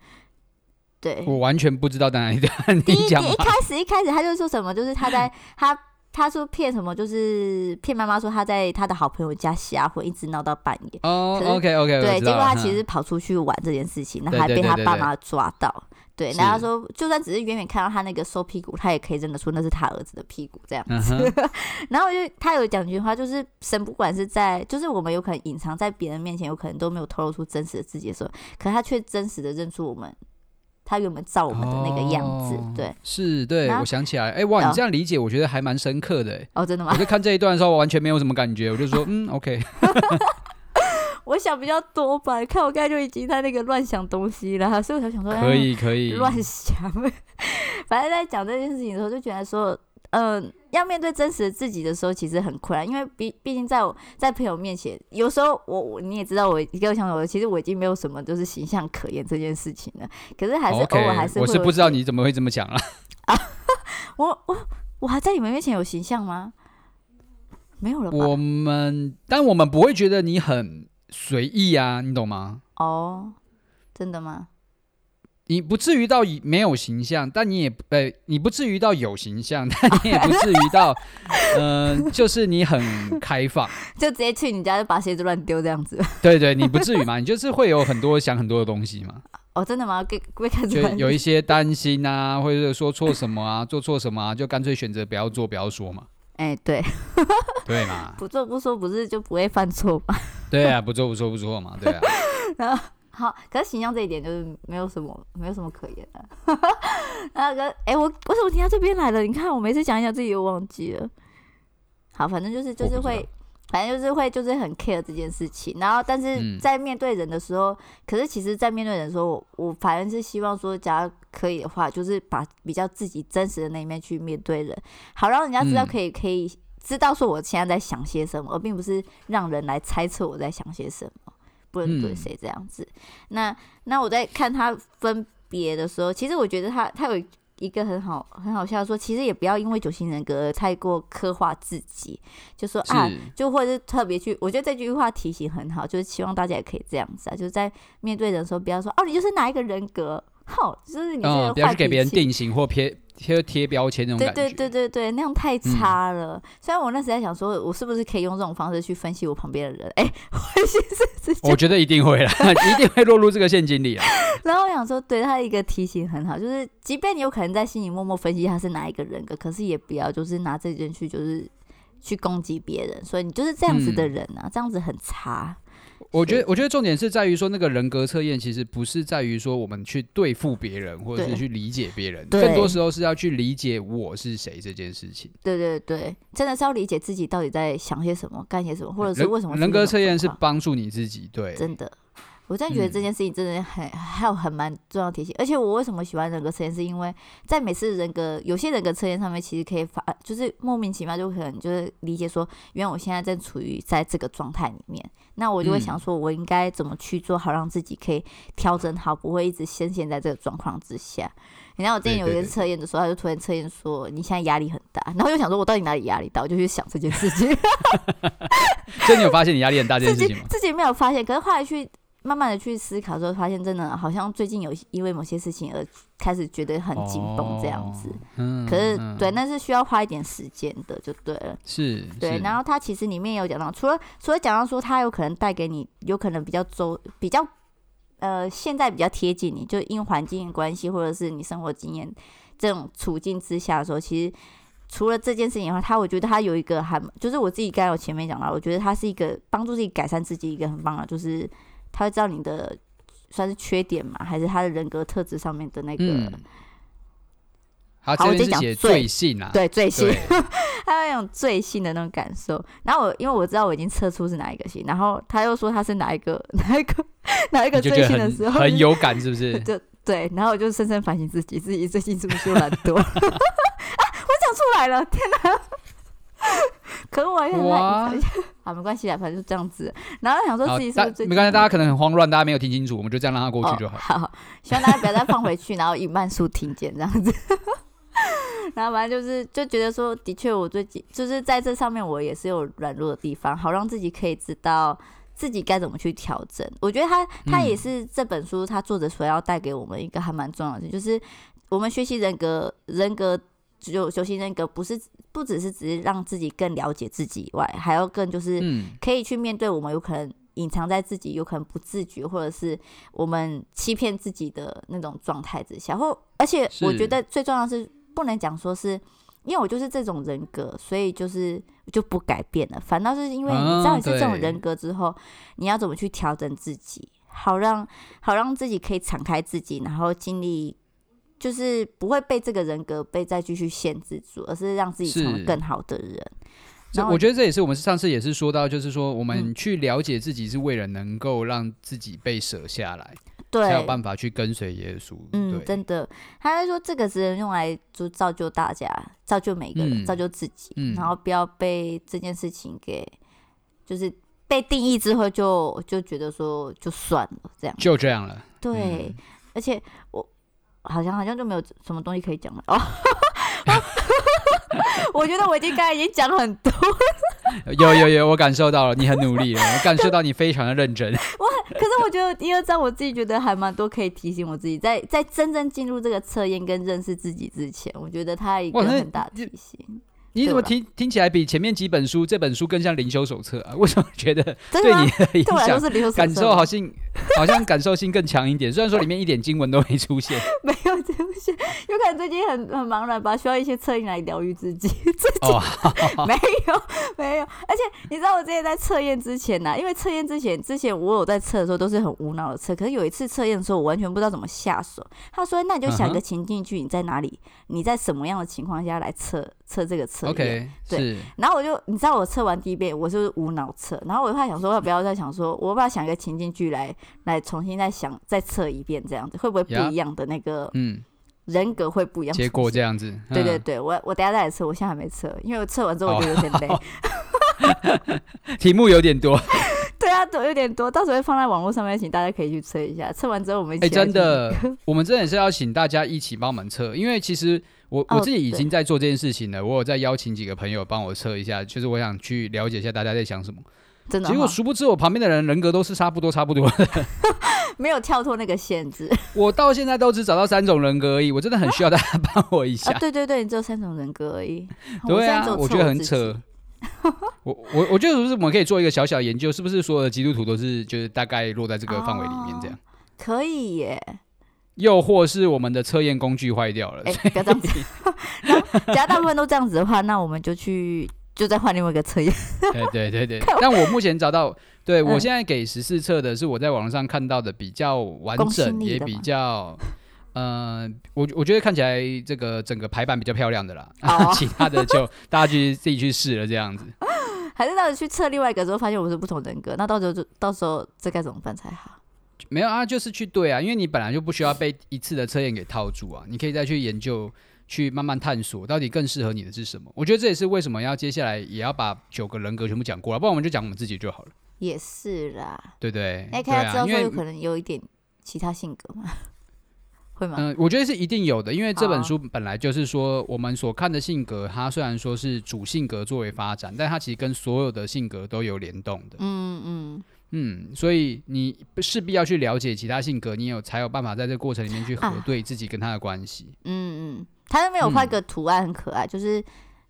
[SPEAKER 3] 对，
[SPEAKER 2] 我完全不知道在哪里的，
[SPEAKER 3] 第
[SPEAKER 2] 你
[SPEAKER 3] 一
[SPEAKER 2] 讲
[SPEAKER 3] 点一
[SPEAKER 2] 吧。
[SPEAKER 3] 开始一开始他就说什么，就是 他在他他说骗什么，就是骗妈妈说他在他的好朋友家瞎混，一直闹到半夜。
[SPEAKER 2] 哦
[SPEAKER 3] 可是
[SPEAKER 2] ，OK OK，
[SPEAKER 3] 对，结果他其实跑出去玩这件事情，然后还
[SPEAKER 2] 嗯对对
[SPEAKER 3] 被他
[SPEAKER 2] 对对
[SPEAKER 3] 爸
[SPEAKER 2] 对
[SPEAKER 3] 妈抓到。对，
[SPEAKER 2] 是
[SPEAKER 3] 然后他说，就算只是远远看到他那个收屁股，他也可以认得出那是他儿子的屁股这样。
[SPEAKER 2] 嗯哼，
[SPEAKER 3] 然后我就他有讲一句话，就是神不管是在，就是我们有可能隐藏在别人面前，有可能都没有透露出真实的自己的时候，可他却真实的认出我们，他原本照我们的那个样子。
[SPEAKER 2] 哦
[SPEAKER 3] 对，，
[SPEAKER 2] 是，对，
[SPEAKER 3] 然后
[SPEAKER 2] 我想起来，哎，哇，
[SPEAKER 3] 哦
[SPEAKER 2] 你这样理解，我觉得还蛮深刻的。哎
[SPEAKER 3] 哦，真的吗
[SPEAKER 2] 我？在看这一段的时候，我完全没有什么感觉，我就说，嗯，OK，
[SPEAKER 3] 我想比较多吧，看我刚才就已经在那个乱想东西了，所以我才想说
[SPEAKER 2] 可以可以
[SPEAKER 3] 哎，乱想。 反正在讲这件事情的时候，就觉得说，嗯、要面对真实的自己的时候，其实很困难，因为毕毕竟在我在朋友面前，有时候我我你也知道我，一个想我其实我已经没有什么就是形象可言这件事情了，可是还是偶
[SPEAKER 2] OK，
[SPEAKER 3] 尔还是会
[SPEAKER 2] 我
[SPEAKER 3] 有
[SPEAKER 2] 是不知道
[SPEAKER 3] 一些
[SPEAKER 2] 你怎么会这么讲啊啦。
[SPEAKER 3] 我我我还在你们面前有形象吗？没有了吧？
[SPEAKER 2] 我们，但我们不会觉得你很随意啊，你懂吗？
[SPEAKER 3] 哦，真的吗？
[SPEAKER 2] 你不至于到以没有形象，但你也呃，你不至于到有形象，但你也不至于 到，嗯，就是你很开放，
[SPEAKER 3] 就直接去你家就把鞋子乱丢这样子。
[SPEAKER 2] 对对，你不至于嘛，你就是会有很多想很多的东西 嘛，
[SPEAKER 3] 哦，真的吗？被被看出
[SPEAKER 2] 就
[SPEAKER 3] 来
[SPEAKER 2] 有一些担心啊，或者说错什么啊，做错什么啊，就干脆选择不要做，不要说嘛，
[SPEAKER 3] 哎、对，
[SPEAKER 2] 对嘛，
[SPEAKER 3] 不做不说，不是就不会犯错吗？
[SPEAKER 2] 对啊，不做不做不做嘛，对啊，
[SPEAKER 3] 然后好，可是形象这一点就是没有什么，没有什么可言的。 那个，哎、我为什么听到这边来了？你看，我每次讲一讲自己又忘记了。好，反正就是就
[SPEAKER 2] 我不知
[SPEAKER 3] 是会
[SPEAKER 2] 道，
[SPEAKER 3] 反正就是会就是很 care 这件事情。然后，但是
[SPEAKER 2] 嗯
[SPEAKER 3] 在面对人的时候，可是其实，在面对人的时候，我我反正是希望说，假如可以的话，就是把比较自己真实的那一面去面对人，好让人家知道
[SPEAKER 2] 嗯
[SPEAKER 3] 可以、可以知道说我现在在想些什么，而并不是让人来猜测我在想些什么，不能对
[SPEAKER 2] 嗯
[SPEAKER 3] 谁这样子。那那我在看他分别的时候，其实我觉得他他有一个很好很好笑的说，其实也不要因为九型人格而太过刻画自己，就说 啊，
[SPEAKER 2] 是，
[SPEAKER 3] 就或者是特别去，我觉得这句话提醒很好，就是希望大家也可以这样子啊，就是在面对人的时候，不要说哦，你就是哪一个人格，吼，就是你这
[SPEAKER 2] 嗯，
[SPEAKER 3] 个
[SPEAKER 2] 不要
[SPEAKER 3] 坏
[SPEAKER 2] 去给
[SPEAKER 3] 脾
[SPEAKER 2] 别人
[SPEAKER 3] 气
[SPEAKER 2] 定型或贴贴贴标签那种
[SPEAKER 3] 对
[SPEAKER 2] 感觉，嗯
[SPEAKER 3] 对对对对，那样太差了。虽然我那时在想说，我是不是可以用这种方式去分析我旁边的人？哎、我其实是这
[SPEAKER 2] 我觉得一定会 啦， 一定会落入这个陷阱里啊。
[SPEAKER 3] 然后我想说，对他一个提醒很好，就是即便你有可能在心里默默分析他是哪一个人格，可是也不要就是拿这件去就是去攻击别人，所以你就是这样子的
[SPEAKER 2] 嗯
[SPEAKER 3] 人啊，这样子很差。
[SPEAKER 2] 我觉得，我觉得重点是在于说，那个人格测验其实不是在于说我们去对付别人，或者
[SPEAKER 3] 对
[SPEAKER 2] 是去理解别人，
[SPEAKER 3] 对
[SPEAKER 2] 更多时候是要去理解我是谁这件事情。
[SPEAKER 3] 对对对，真的是要理解自己到底在想些什么、干些什么，或者是
[SPEAKER 2] 人
[SPEAKER 3] 为什么
[SPEAKER 2] 人格测验是
[SPEAKER 3] 吧？
[SPEAKER 2] 帮助你自己，对，
[SPEAKER 3] 真的，我真的觉得这
[SPEAKER 2] 嗯
[SPEAKER 3] 件事情真的很、还有很蛮重要的提醒。而且我为什么喜欢人格测验，是因为在每次人格有些人格测验上面，其实可以发，就是莫名其妙就可能就是理解说，原来我现在正处于在这个状态里面，那我就会想
[SPEAKER 2] 嗯
[SPEAKER 3] 说，我应该怎么去做好，让自己可以调整好，不会一直深陷在这个状况之下。你知道我之前
[SPEAKER 2] 对
[SPEAKER 3] 有
[SPEAKER 2] 对
[SPEAKER 3] 一个
[SPEAKER 2] 对
[SPEAKER 3] 测验的时候，他就突然测验说你现在压力很大，然后又想说我到底哪里压力大，我就去想这件事情。
[SPEAKER 2] 所以你有发现你压力很大这件
[SPEAKER 3] 自
[SPEAKER 2] 事
[SPEAKER 3] 己
[SPEAKER 2] 情吗？
[SPEAKER 3] 自己没有发现，可是后来去慢慢的去思考之后，发现真的好像最近有因为某些事情而开始觉得很紧绷这样子。
[SPEAKER 2] 哦嗯
[SPEAKER 3] 可是
[SPEAKER 2] 嗯
[SPEAKER 3] 对，那是需要花一点时间的，就对了。
[SPEAKER 2] 是，
[SPEAKER 3] 对，
[SPEAKER 2] 是
[SPEAKER 3] 然后它其实里面也有讲到，除了除了讲到说它有可能带给你，有可能比较周比较。呃，现在比较贴近你，就因环境的关系，或者是你生活经验这种处境之下的时候，其实除了这件事情的话，它我觉得它有一个还就是我自己刚才有前面讲到，我觉得它是一个帮助自己改善自己一个很棒的，就是它会知道你的算是缺点嘛，还是他的人格特质上面的那个、
[SPEAKER 2] 嗯，他
[SPEAKER 3] 好
[SPEAKER 2] 嗯这
[SPEAKER 3] 我
[SPEAKER 2] 边
[SPEAKER 3] 直
[SPEAKER 2] 是
[SPEAKER 3] 接讲
[SPEAKER 2] 写
[SPEAKER 3] 最
[SPEAKER 2] 最信啊，
[SPEAKER 3] 对，最新
[SPEAKER 2] 对，
[SPEAKER 3] 他有那种最新的那种感受。然后我因为我知道我已经测出是哪一个新，然后他又说他是哪一个 哪一个哪一个
[SPEAKER 2] 你就
[SPEAKER 3] 最
[SPEAKER 2] 觉
[SPEAKER 3] 新的时
[SPEAKER 2] 得很
[SPEAKER 3] 候，
[SPEAKER 2] 很有感，是不是？
[SPEAKER 3] 就对，然后我就深深反省自己，自己最近是不是又懒惰？ 啊，我讲出来了，天哪！可恶啊，又很
[SPEAKER 2] 哇
[SPEAKER 3] 懒。好，没关系啦，反正就这样子。然后想 说
[SPEAKER 2] 好
[SPEAKER 3] 自己，是
[SPEAKER 2] 大
[SPEAKER 3] 不是最近
[SPEAKER 2] 没关系，大家可能很慌乱，大家没有听清楚，我们就这样让他过去就
[SPEAKER 3] 哦、
[SPEAKER 2] 好。
[SPEAKER 3] 好，希望大家不要再放回去，然后以慢速听见这样子。 然后反正就是就觉得说，的确我最近就是在这上面我也是有软弱的地方，好让自己可以知道自己该怎么去调整。我觉得他他
[SPEAKER 2] 嗯
[SPEAKER 3] 也是这本书他作者所要带给我们一个还蛮重要的，
[SPEAKER 2] 嗯
[SPEAKER 3] 就是我们学习人格人格。就修行人格不是不只是只是让自己更了解自己以外，还要更就是
[SPEAKER 2] 嗯，
[SPEAKER 3] 可以去面对我们有可能隐藏在自己有可能不自觉，或者是我们欺骗自己的那种状态之下。或而且
[SPEAKER 2] 是
[SPEAKER 3] 我觉得最重要的是，不能讲说是因为我就是这种人格，所以就是就不改变了。反倒是因为你知道
[SPEAKER 2] 啊
[SPEAKER 3] 你是这种
[SPEAKER 2] 对
[SPEAKER 3] 人格之后，你要怎么去调整自己，好让好让自己可以敞开自己，然后经历。就是不会被这个人格被再继续限制住，而是让自己成为
[SPEAKER 2] 是
[SPEAKER 3] 更好的人。
[SPEAKER 2] 这
[SPEAKER 3] 然后
[SPEAKER 2] 我觉得这也是我们上次也是说到，就是说我们
[SPEAKER 3] 嗯
[SPEAKER 2] 去了解自己，是为了能够让自己被舍下来，才有
[SPEAKER 3] 对，
[SPEAKER 2] 办法去跟随耶稣。
[SPEAKER 3] 嗯，
[SPEAKER 2] 对，
[SPEAKER 3] 真的，他就说这个只能用来就造就大家，造就每一个人，
[SPEAKER 2] 嗯
[SPEAKER 3] 造就自己，
[SPEAKER 2] 嗯
[SPEAKER 3] 然后不要被这件事情给就是被定义之后就就觉得说就算了这样，
[SPEAKER 2] 就这样了。
[SPEAKER 3] 对，
[SPEAKER 2] 嗯
[SPEAKER 3] 而且我好像好像就没有什么东西可以讲了哦。 我觉得我已经刚才已经讲很多，
[SPEAKER 2] 有有有，我感受到了，你很努力了，我感受到你非常的认 真。
[SPEAKER 3] 可是我觉得第二章我自己觉得还蛮多可以提醒我自己，在在真正进入这个测验跟认识自己之前，我觉得它一个
[SPEAKER 2] 哇那
[SPEAKER 3] 很大的
[SPEAKER 2] 这
[SPEAKER 3] 提醒。
[SPEAKER 2] 你怎么
[SPEAKER 3] 对了啊
[SPEAKER 2] 听听起来比前面几本书这本书更像灵修手册啊？为什么觉得
[SPEAKER 3] 真的
[SPEAKER 2] 对
[SPEAKER 3] 吗？
[SPEAKER 2] 你的影
[SPEAKER 3] 对我来说
[SPEAKER 2] 响
[SPEAKER 3] 是留守
[SPEAKER 2] 感
[SPEAKER 3] 色
[SPEAKER 2] 受
[SPEAKER 3] 吗
[SPEAKER 2] 好像好像感受性更强一点？虽然说里面一点经文都没出现，
[SPEAKER 3] 没有这不是，有可能最近很很茫然吧，需要一些测验来疗愈自己。 自己、
[SPEAKER 2] 哦
[SPEAKER 3] 没有没有，而且你知道我之前在测验之前呢、因为测验之前之前我有在测的时候都是很无脑的测，可是有一次测验的时候我完全不知道怎么下手。他说：“那你就想
[SPEAKER 2] 嗯
[SPEAKER 3] 一
[SPEAKER 2] 哼
[SPEAKER 3] 个情境剧，你在哪里，你在什么样的情况下来测测这个啊测验。
[SPEAKER 2] OK，
[SPEAKER 3] 对
[SPEAKER 2] 是
[SPEAKER 3] 然后我就，你知道我测完第一遍，我是无脑测，然后我怕想说，不要再想说，我要不要想一个情境剧来来重新再想再测一遍，这样子会不会不
[SPEAKER 2] Yeah
[SPEAKER 3] 一样的那个
[SPEAKER 2] 嗯，
[SPEAKER 3] 人格会不一样？
[SPEAKER 2] 结果这样子，
[SPEAKER 3] 对对
[SPEAKER 2] 嗯
[SPEAKER 3] 对，我我等一下再来测，我现在还没测，因为我测完之后我就有点累。
[SPEAKER 2] 题目有点多，
[SPEAKER 3] 对啊，都有点多，到时候会放在网络上面，请大家可以去测一下。测完之后我们一起
[SPEAKER 2] 哎，
[SPEAKER 3] 来
[SPEAKER 2] 真
[SPEAKER 3] 听，
[SPEAKER 2] 的， 我们真的是要请大家一起帮忙测，因为其实我我
[SPEAKER 3] 哦
[SPEAKER 2] 自己已
[SPEAKER 3] 对
[SPEAKER 2] 经在做这件事情了，我有在邀请几个朋友帮我测一下，就是我想去了解一下大家在想什么。
[SPEAKER 3] 真的
[SPEAKER 2] 结果
[SPEAKER 3] 哈
[SPEAKER 2] 殊不知我旁边的人人格都是差不多差不多 的，
[SPEAKER 3] 没有跳脱那个限制
[SPEAKER 2] 我到现在都只找到三种人格而已，我真的很需要大家帮我一下
[SPEAKER 3] 啊！。对对对，你只有三种人格而已。
[SPEAKER 2] 对
[SPEAKER 3] 现在
[SPEAKER 2] 啊
[SPEAKER 3] 只，有
[SPEAKER 2] 我
[SPEAKER 3] 测
[SPEAKER 2] 觉得很
[SPEAKER 3] 自己
[SPEAKER 2] 扯。我我我觉得是不是我们可以做一个小小的研究，是不是所有的基督徒都是就是大概落在这个范围里面这 样？
[SPEAKER 3] 哦可以耶，
[SPEAKER 2] 又或是我们的测验工具坏掉了？
[SPEAKER 3] 哎、不要这样子。 只要大部分都这样子的话，那我们就去就再换另外一个测验。
[SPEAKER 2] 对对对对。但我目前找到，对我
[SPEAKER 3] 嗯
[SPEAKER 2] 现在给十四册的是我在网络上看到的比较完
[SPEAKER 3] 公信
[SPEAKER 2] 整，
[SPEAKER 3] 力
[SPEAKER 2] 也
[SPEAKER 3] 的
[SPEAKER 2] 比
[SPEAKER 3] 吗
[SPEAKER 2] 较。呃，我我觉得看起来这个整个排版比较漂亮的啦，
[SPEAKER 3] 哦
[SPEAKER 2] 其他的就大家去自己去试了这样子。
[SPEAKER 3] 还是到时候去测另外一个之后，发现我是不同人格，那到时候就到时候这该怎么办才好？
[SPEAKER 2] 没有啊，就是去对啊，因为你本来就不需要被一次的测验给套住啊，你可以再去研究，去慢慢探索，到底更适合你的是什么。我觉得这也是为什么要接下来也要把九个人格全部讲过了，不然我们就讲我们自己就好了，
[SPEAKER 3] 也是啦，
[SPEAKER 2] 对不对？
[SPEAKER 3] 那
[SPEAKER 2] 对
[SPEAKER 3] 看到之
[SPEAKER 2] 啊，
[SPEAKER 3] 后
[SPEAKER 2] 因
[SPEAKER 3] 说
[SPEAKER 2] 为
[SPEAKER 3] 有可能有一点其他性格嘛， 会吗？
[SPEAKER 2] 嗯、我觉得是一定有的，因为这本
[SPEAKER 3] 好
[SPEAKER 2] 书本来就是说，我们所看的性格，它虽然说是主性格作为发展，但它其实跟所有的性格都有联动的。
[SPEAKER 3] 嗯嗯，
[SPEAKER 2] 嗯，所以你势必要去了解其他性格，你有才有办法在这个过程里面去核
[SPEAKER 3] 啊
[SPEAKER 2] 对自己跟他的关系。
[SPEAKER 3] 嗯嗯，他那边有画一个图案，很可爱，就是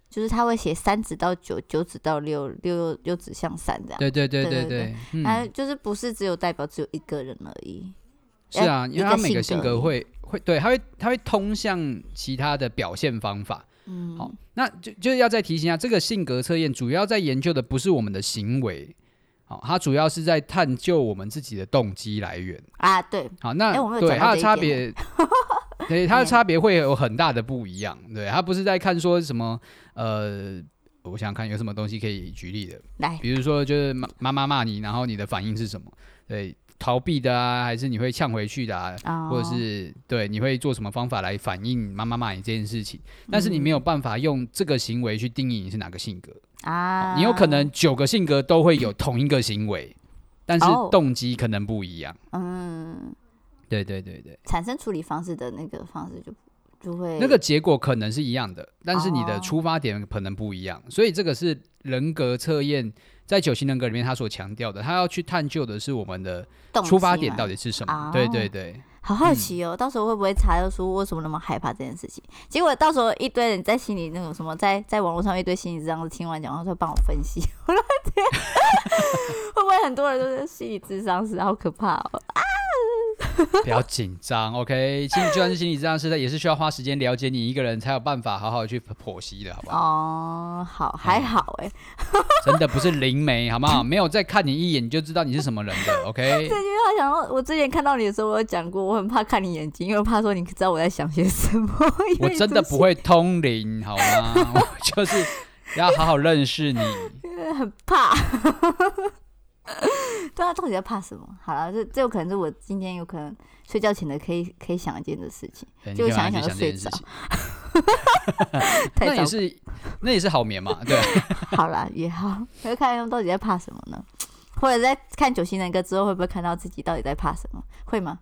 [SPEAKER 3] 就是他会写三指到九，九指到六，六六指向三这样。
[SPEAKER 2] 对对对
[SPEAKER 3] 对
[SPEAKER 2] 对
[SPEAKER 3] 对
[SPEAKER 2] 对，嗯。
[SPEAKER 3] 他就是不是只有代表只有一个人而已。
[SPEAKER 2] 是啊，因为
[SPEAKER 3] 一
[SPEAKER 2] 他
[SPEAKER 3] 个
[SPEAKER 2] 每个
[SPEAKER 3] 性
[SPEAKER 2] 性
[SPEAKER 3] 格而
[SPEAKER 2] 格
[SPEAKER 3] 已
[SPEAKER 2] 会会对，他会他会通向其他的表现方法。
[SPEAKER 3] 嗯，
[SPEAKER 2] 好，那就就是要再提醒一下，这个性格测验主要在研究的不是我们的行为，好，它主要是在探究我们自己的动机来源。
[SPEAKER 3] 啊，对，
[SPEAKER 2] 好，那、
[SPEAKER 3] 哎我没有
[SPEAKER 2] 对
[SPEAKER 3] 讲
[SPEAKER 2] 它的
[SPEAKER 3] 到这一
[SPEAKER 2] 差
[SPEAKER 3] 点
[SPEAKER 2] 别，对， 它的
[SPEAKER 3] 嗯
[SPEAKER 2] 差别会有很大的不一样。对，它不是在看说什么呃，我想想看有什么东西可以举例的，
[SPEAKER 3] 来，
[SPEAKER 2] 比如说就是妈妈妈骂你，然后你的反应是什么？对，逃避的啊，还是你会呛回去的啊？
[SPEAKER 3] 哦
[SPEAKER 2] 或者是对你会做什么方法来反应妈妈骂你这件事情，但是你
[SPEAKER 3] 嗯
[SPEAKER 2] 没有办法用这个行为去定义你是哪个性格，
[SPEAKER 3] 啊，
[SPEAKER 2] 哦你有可能九个性格都会有同一个行为，但是
[SPEAKER 3] 哦
[SPEAKER 2] 动机可能不一样。
[SPEAKER 3] 嗯，
[SPEAKER 2] 对对对对，
[SPEAKER 3] 产生处理方式的那个方式就就会
[SPEAKER 2] 那个结果可能是一样的，但是你的
[SPEAKER 3] 哦
[SPEAKER 2] 出发点可能不一样，所以这个是人格测验在九型人格里面他所强调的，他要去探究的是我们的
[SPEAKER 3] 动
[SPEAKER 2] 出发
[SPEAKER 3] 机
[SPEAKER 2] 点
[SPEAKER 3] 嘛
[SPEAKER 2] 到底嗯是什
[SPEAKER 3] 哦
[SPEAKER 2] 么。对对对，
[SPEAKER 3] 好好奇哦，到时候会不会查得出为什么那么害怕这件事情？结果到时候一堆人在心里那种什么，在在网络上一堆心理治疗师听完讲，然后说帮我分析， 我的天，会不会很多人都是心理智商是好可怕哦？
[SPEAKER 2] 不要紧张，OK？心理就算是心理治疗师，他也是需要花时间了解你一个人，才有办法好好地去剖析的，好不好？
[SPEAKER 3] 哦，好，还好哎、
[SPEAKER 2] 真的不是灵媒，好不好？没有再看你一眼你就知道你是什么人的，OK？
[SPEAKER 3] 对，因为他想到我之前看到你的时候，我有讲过，我很怕看你眼睛，因为我怕说你知道我在想些什么。 因
[SPEAKER 2] 我
[SPEAKER 3] 为
[SPEAKER 2] 真的
[SPEAKER 3] 你
[SPEAKER 2] 不会通灵，好吗？ 我就是要好好认识你。
[SPEAKER 3] 就是 很怕。对啊，到底在怕什么？好了，这这有可能是我今天有可能睡觉前的可以可以想一件的事情。
[SPEAKER 2] 对你
[SPEAKER 3] 就
[SPEAKER 2] 干嘛
[SPEAKER 3] 想一想
[SPEAKER 2] 去
[SPEAKER 3] 就
[SPEAKER 2] 想这件事
[SPEAKER 3] 睡着
[SPEAKER 2] 情，
[SPEAKER 3] 太
[SPEAKER 2] 那
[SPEAKER 3] 糟
[SPEAKER 2] 也是，那也是好眠嘛，对。
[SPEAKER 3] 好啦，也好， 要看他们到底在怕什么呢？或者在看九星人歌之后，会不会看到自己到底在怕什么？会吗？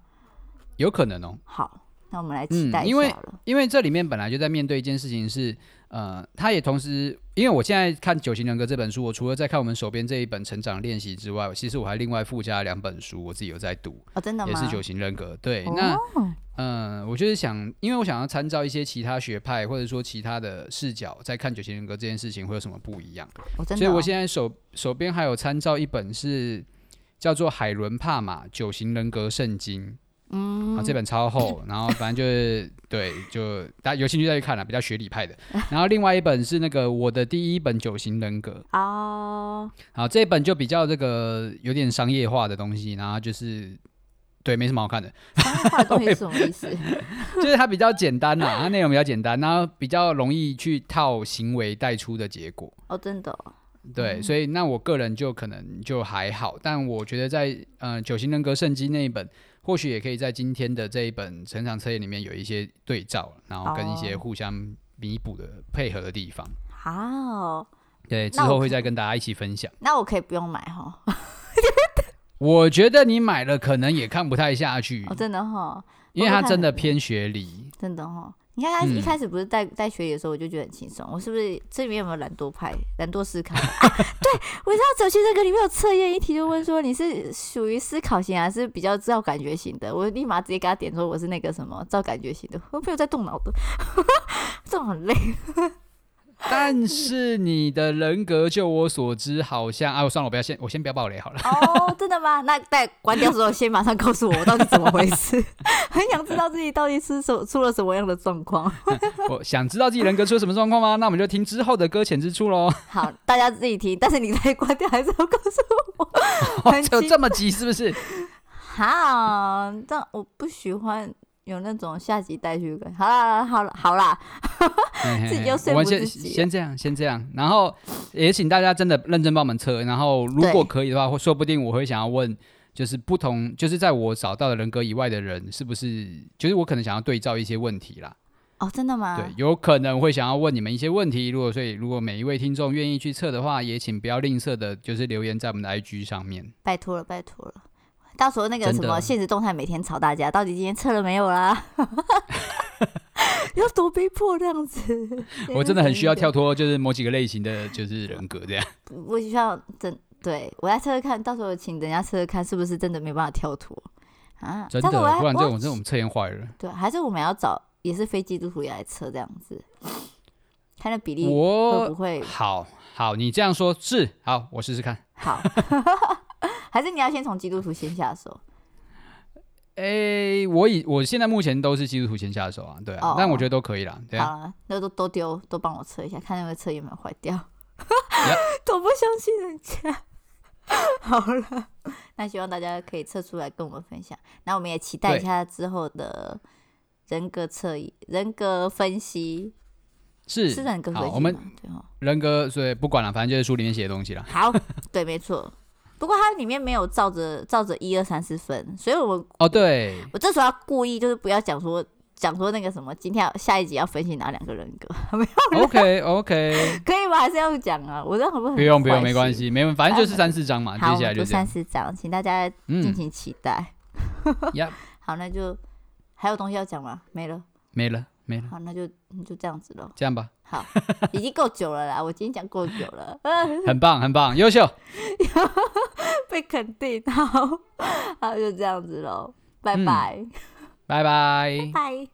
[SPEAKER 2] 有可能哦，
[SPEAKER 3] 好，那我们来
[SPEAKER 2] 嗯
[SPEAKER 3] 期待一
[SPEAKER 2] 因为
[SPEAKER 3] 下好了。
[SPEAKER 2] 因为这里面本来就在面对一件事情是，呃，他也同时，因为我现在看《九型人格》这本书，我除了在看我们手边这一本《成长练习》之外，其实我还另外附加两本书，我自己有在读，
[SPEAKER 3] 哦，真的
[SPEAKER 2] 也
[SPEAKER 3] 吗？
[SPEAKER 2] 是九型人格。对，那
[SPEAKER 3] 哦
[SPEAKER 2] 嗯、呃我就是想，因为我想要参照一些其他学派或者说其他的视角，在看九型人格这件事情会有什么不一样。
[SPEAKER 3] 我真的哦、
[SPEAKER 2] 所以我现在手手边还有参照一本是叫做《海伦帕玛九型人格圣经》。啊，
[SPEAKER 3] 嗯，
[SPEAKER 2] 这本超厚，然后反正就是对，就大家有兴趣再去看了，比较学理派的。然后另外一本是那个我的第一本九型人格，
[SPEAKER 3] 哦，
[SPEAKER 2] 好，这本就比较这个有点商业化的东西，然后就是对，没什么好看的，
[SPEAKER 3] 商业化的东西是什么意思？
[SPEAKER 2] 就是它比较简单啦，它内容比较简单，然后比较容易去套行为带出的结果。
[SPEAKER 3] 哦，真的哦、
[SPEAKER 2] 对，所以那我个人就可能就还好，但我觉得在呃九型人格圣经那一本，或许也可以在今天的这一本成长测验里面有一些对照，然后跟一些
[SPEAKER 3] 哦
[SPEAKER 2] 互相弥补的配合的地方。
[SPEAKER 3] 好，
[SPEAKER 2] 对，之
[SPEAKER 3] 那我
[SPEAKER 2] 后会
[SPEAKER 3] 可
[SPEAKER 2] 再跟大家一起分享。
[SPEAKER 3] 那我可以不用买哈、哦。
[SPEAKER 2] 我觉得你买了可能也看不太下去，
[SPEAKER 3] 哦真的哈、
[SPEAKER 2] 因为它
[SPEAKER 3] 我看
[SPEAKER 2] 真的
[SPEAKER 3] 很多
[SPEAKER 2] 偏学理。
[SPEAKER 3] 真的哦。你看他一
[SPEAKER 2] 嗯
[SPEAKER 3] 开始不是在在学理的时候，我就觉得很轻松。我是不是这里面有没有懒惰派、懒惰思考？ 啊、对，我知道走心这个里面有测验一题，就问说你是属于思考型还是比较照感觉型的。我立马直接给他点说我是那个什么照感觉型的，我没有在动脑的， 这种很累。
[SPEAKER 2] 但是你的人格，就我所知，好像啊，我算了，我不要先，我先不要爆雷好了。
[SPEAKER 3] 哦，真的吗？那在关掉之后，先马上告诉我我到底怎么回事， 很想知道自己到底是什出了什么样的状况。
[SPEAKER 2] 我想知道自己人格出了什么状况吗？那我们就听之后的搁浅之处 喽。
[SPEAKER 3] 好，大家自己听，但是你再关掉还是要告诉我。很
[SPEAKER 2] 就
[SPEAKER 3] 奇
[SPEAKER 2] 这么急是不是？
[SPEAKER 3] 好，但我不喜欢有那种下级待续感。好啦，好啦，好啦，自己就说
[SPEAKER 2] 我们
[SPEAKER 3] 服
[SPEAKER 2] 先
[SPEAKER 3] 自己
[SPEAKER 2] 先这样，先这样，然后也请大家真的认真帮我们测。然后如
[SPEAKER 3] 对
[SPEAKER 2] 果可以的话，或说不定我会想要问，就是不同，就是在我找到的人格以外的人，是不是？就是我可能想要对照一些问题啦。
[SPEAKER 3] 哦，真的吗？
[SPEAKER 2] 对，有可能会想要问你们一些问题。如果所以，如果每一位听众愿意去测的话，也请不要吝啬的，就是留言在我们的 IG 上面。
[SPEAKER 3] 拜托了，拜托了。到时候那个
[SPEAKER 2] 真
[SPEAKER 3] 什么
[SPEAKER 2] 的
[SPEAKER 3] 现实动态每天吵大家，到底今天测了没有啦？ 要多被迫这样子，
[SPEAKER 2] 我真的很需要跳脱，就是某几个类型的就是人格这样。
[SPEAKER 3] 我，我需要真对我来测测看，到时候请人家测测看是不是真的没办法跳脱啊？
[SPEAKER 2] 真的，
[SPEAKER 3] 但是我要
[SPEAKER 2] 不然这
[SPEAKER 3] 我
[SPEAKER 2] 种这种测验坏了。
[SPEAKER 3] 对，还是我们要找也是非基督徒也来测这样子，看那比例
[SPEAKER 2] 我
[SPEAKER 3] 会不会
[SPEAKER 2] 好好，你这样说是好，我试试看。
[SPEAKER 3] 好， 还是你要先从基督徒先下手
[SPEAKER 2] 诶、我以我现在目前都是基督徒先下手啊，对啊，
[SPEAKER 3] 哦
[SPEAKER 2] 但我觉得都可以啦，对
[SPEAKER 3] 好
[SPEAKER 2] 啊，
[SPEAKER 3] 了，那都都丢，都帮我测一下，看那个测有没有坏掉。
[SPEAKER 2] 呀
[SPEAKER 3] 都不相信人家。 好了，那希望大家可以测出来跟我们分享。那我们也期待一
[SPEAKER 2] 对
[SPEAKER 3] 下之后的人格测验、人格分析，
[SPEAKER 2] 是
[SPEAKER 3] 是人格分析
[SPEAKER 2] 好，
[SPEAKER 3] 吗
[SPEAKER 2] 我们
[SPEAKER 3] 对哦，
[SPEAKER 2] 人格所以不管了，反正就是书里面写的东西啦。
[SPEAKER 3] 好，对，没错。不过它里面没有照着照着一二三四分，所以我
[SPEAKER 2] 哦，对，
[SPEAKER 3] 我这时候要故意就是不要讲说讲说那个什么，今天要下一集要分析哪两个人格，
[SPEAKER 2] OK OK，
[SPEAKER 3] 可以吗？还是要讲啊？我这样很不很
[SPEAKER 2] 不用不用，
[SPEAKER 3] 坏
[SPEAKER 2] 没关
[SPEAKER 3] 心。
[SPEAKER 2] 系，没问，反正就是三四章嘛，
[SPEAKER 3] 好，
[SPEAKER 2] 接
[SPEAKER 3] 我
[SPEAKER 2] 下来
[SPEAKER 3] 们
[SPEAKER 2] 就
[SPEAKER 3] 就
[SPEAKER 2] 这样
[SPEAKER 3] 三。四章，请大家敬
[SPEAKER 2] 嗯，
[SPEAKER 3] 请期待。
[SPEAKER 2] 呀，
[SPEAKER 3] 好，那就还有东西要讲吗？没了。
[SPEAKER 2] 没了没了，
[SPEAKER 3] 好，那就那就这样子咯。
[SPEAKER 2] 这样吧，
[SPEAKER 3] 好，已经够久了啦，我今天讲够久了，
[SPEAKER 2] 很棒很棒，优秀，
[SPEAKER 3] 被肯定。 好，好，就这样子咯。拜
[SPEAKER 2] 嗯
[SPEAKER 3] 拜，
[SPEAKER 2] 拜拜。
[SPEAKER 3] 拜。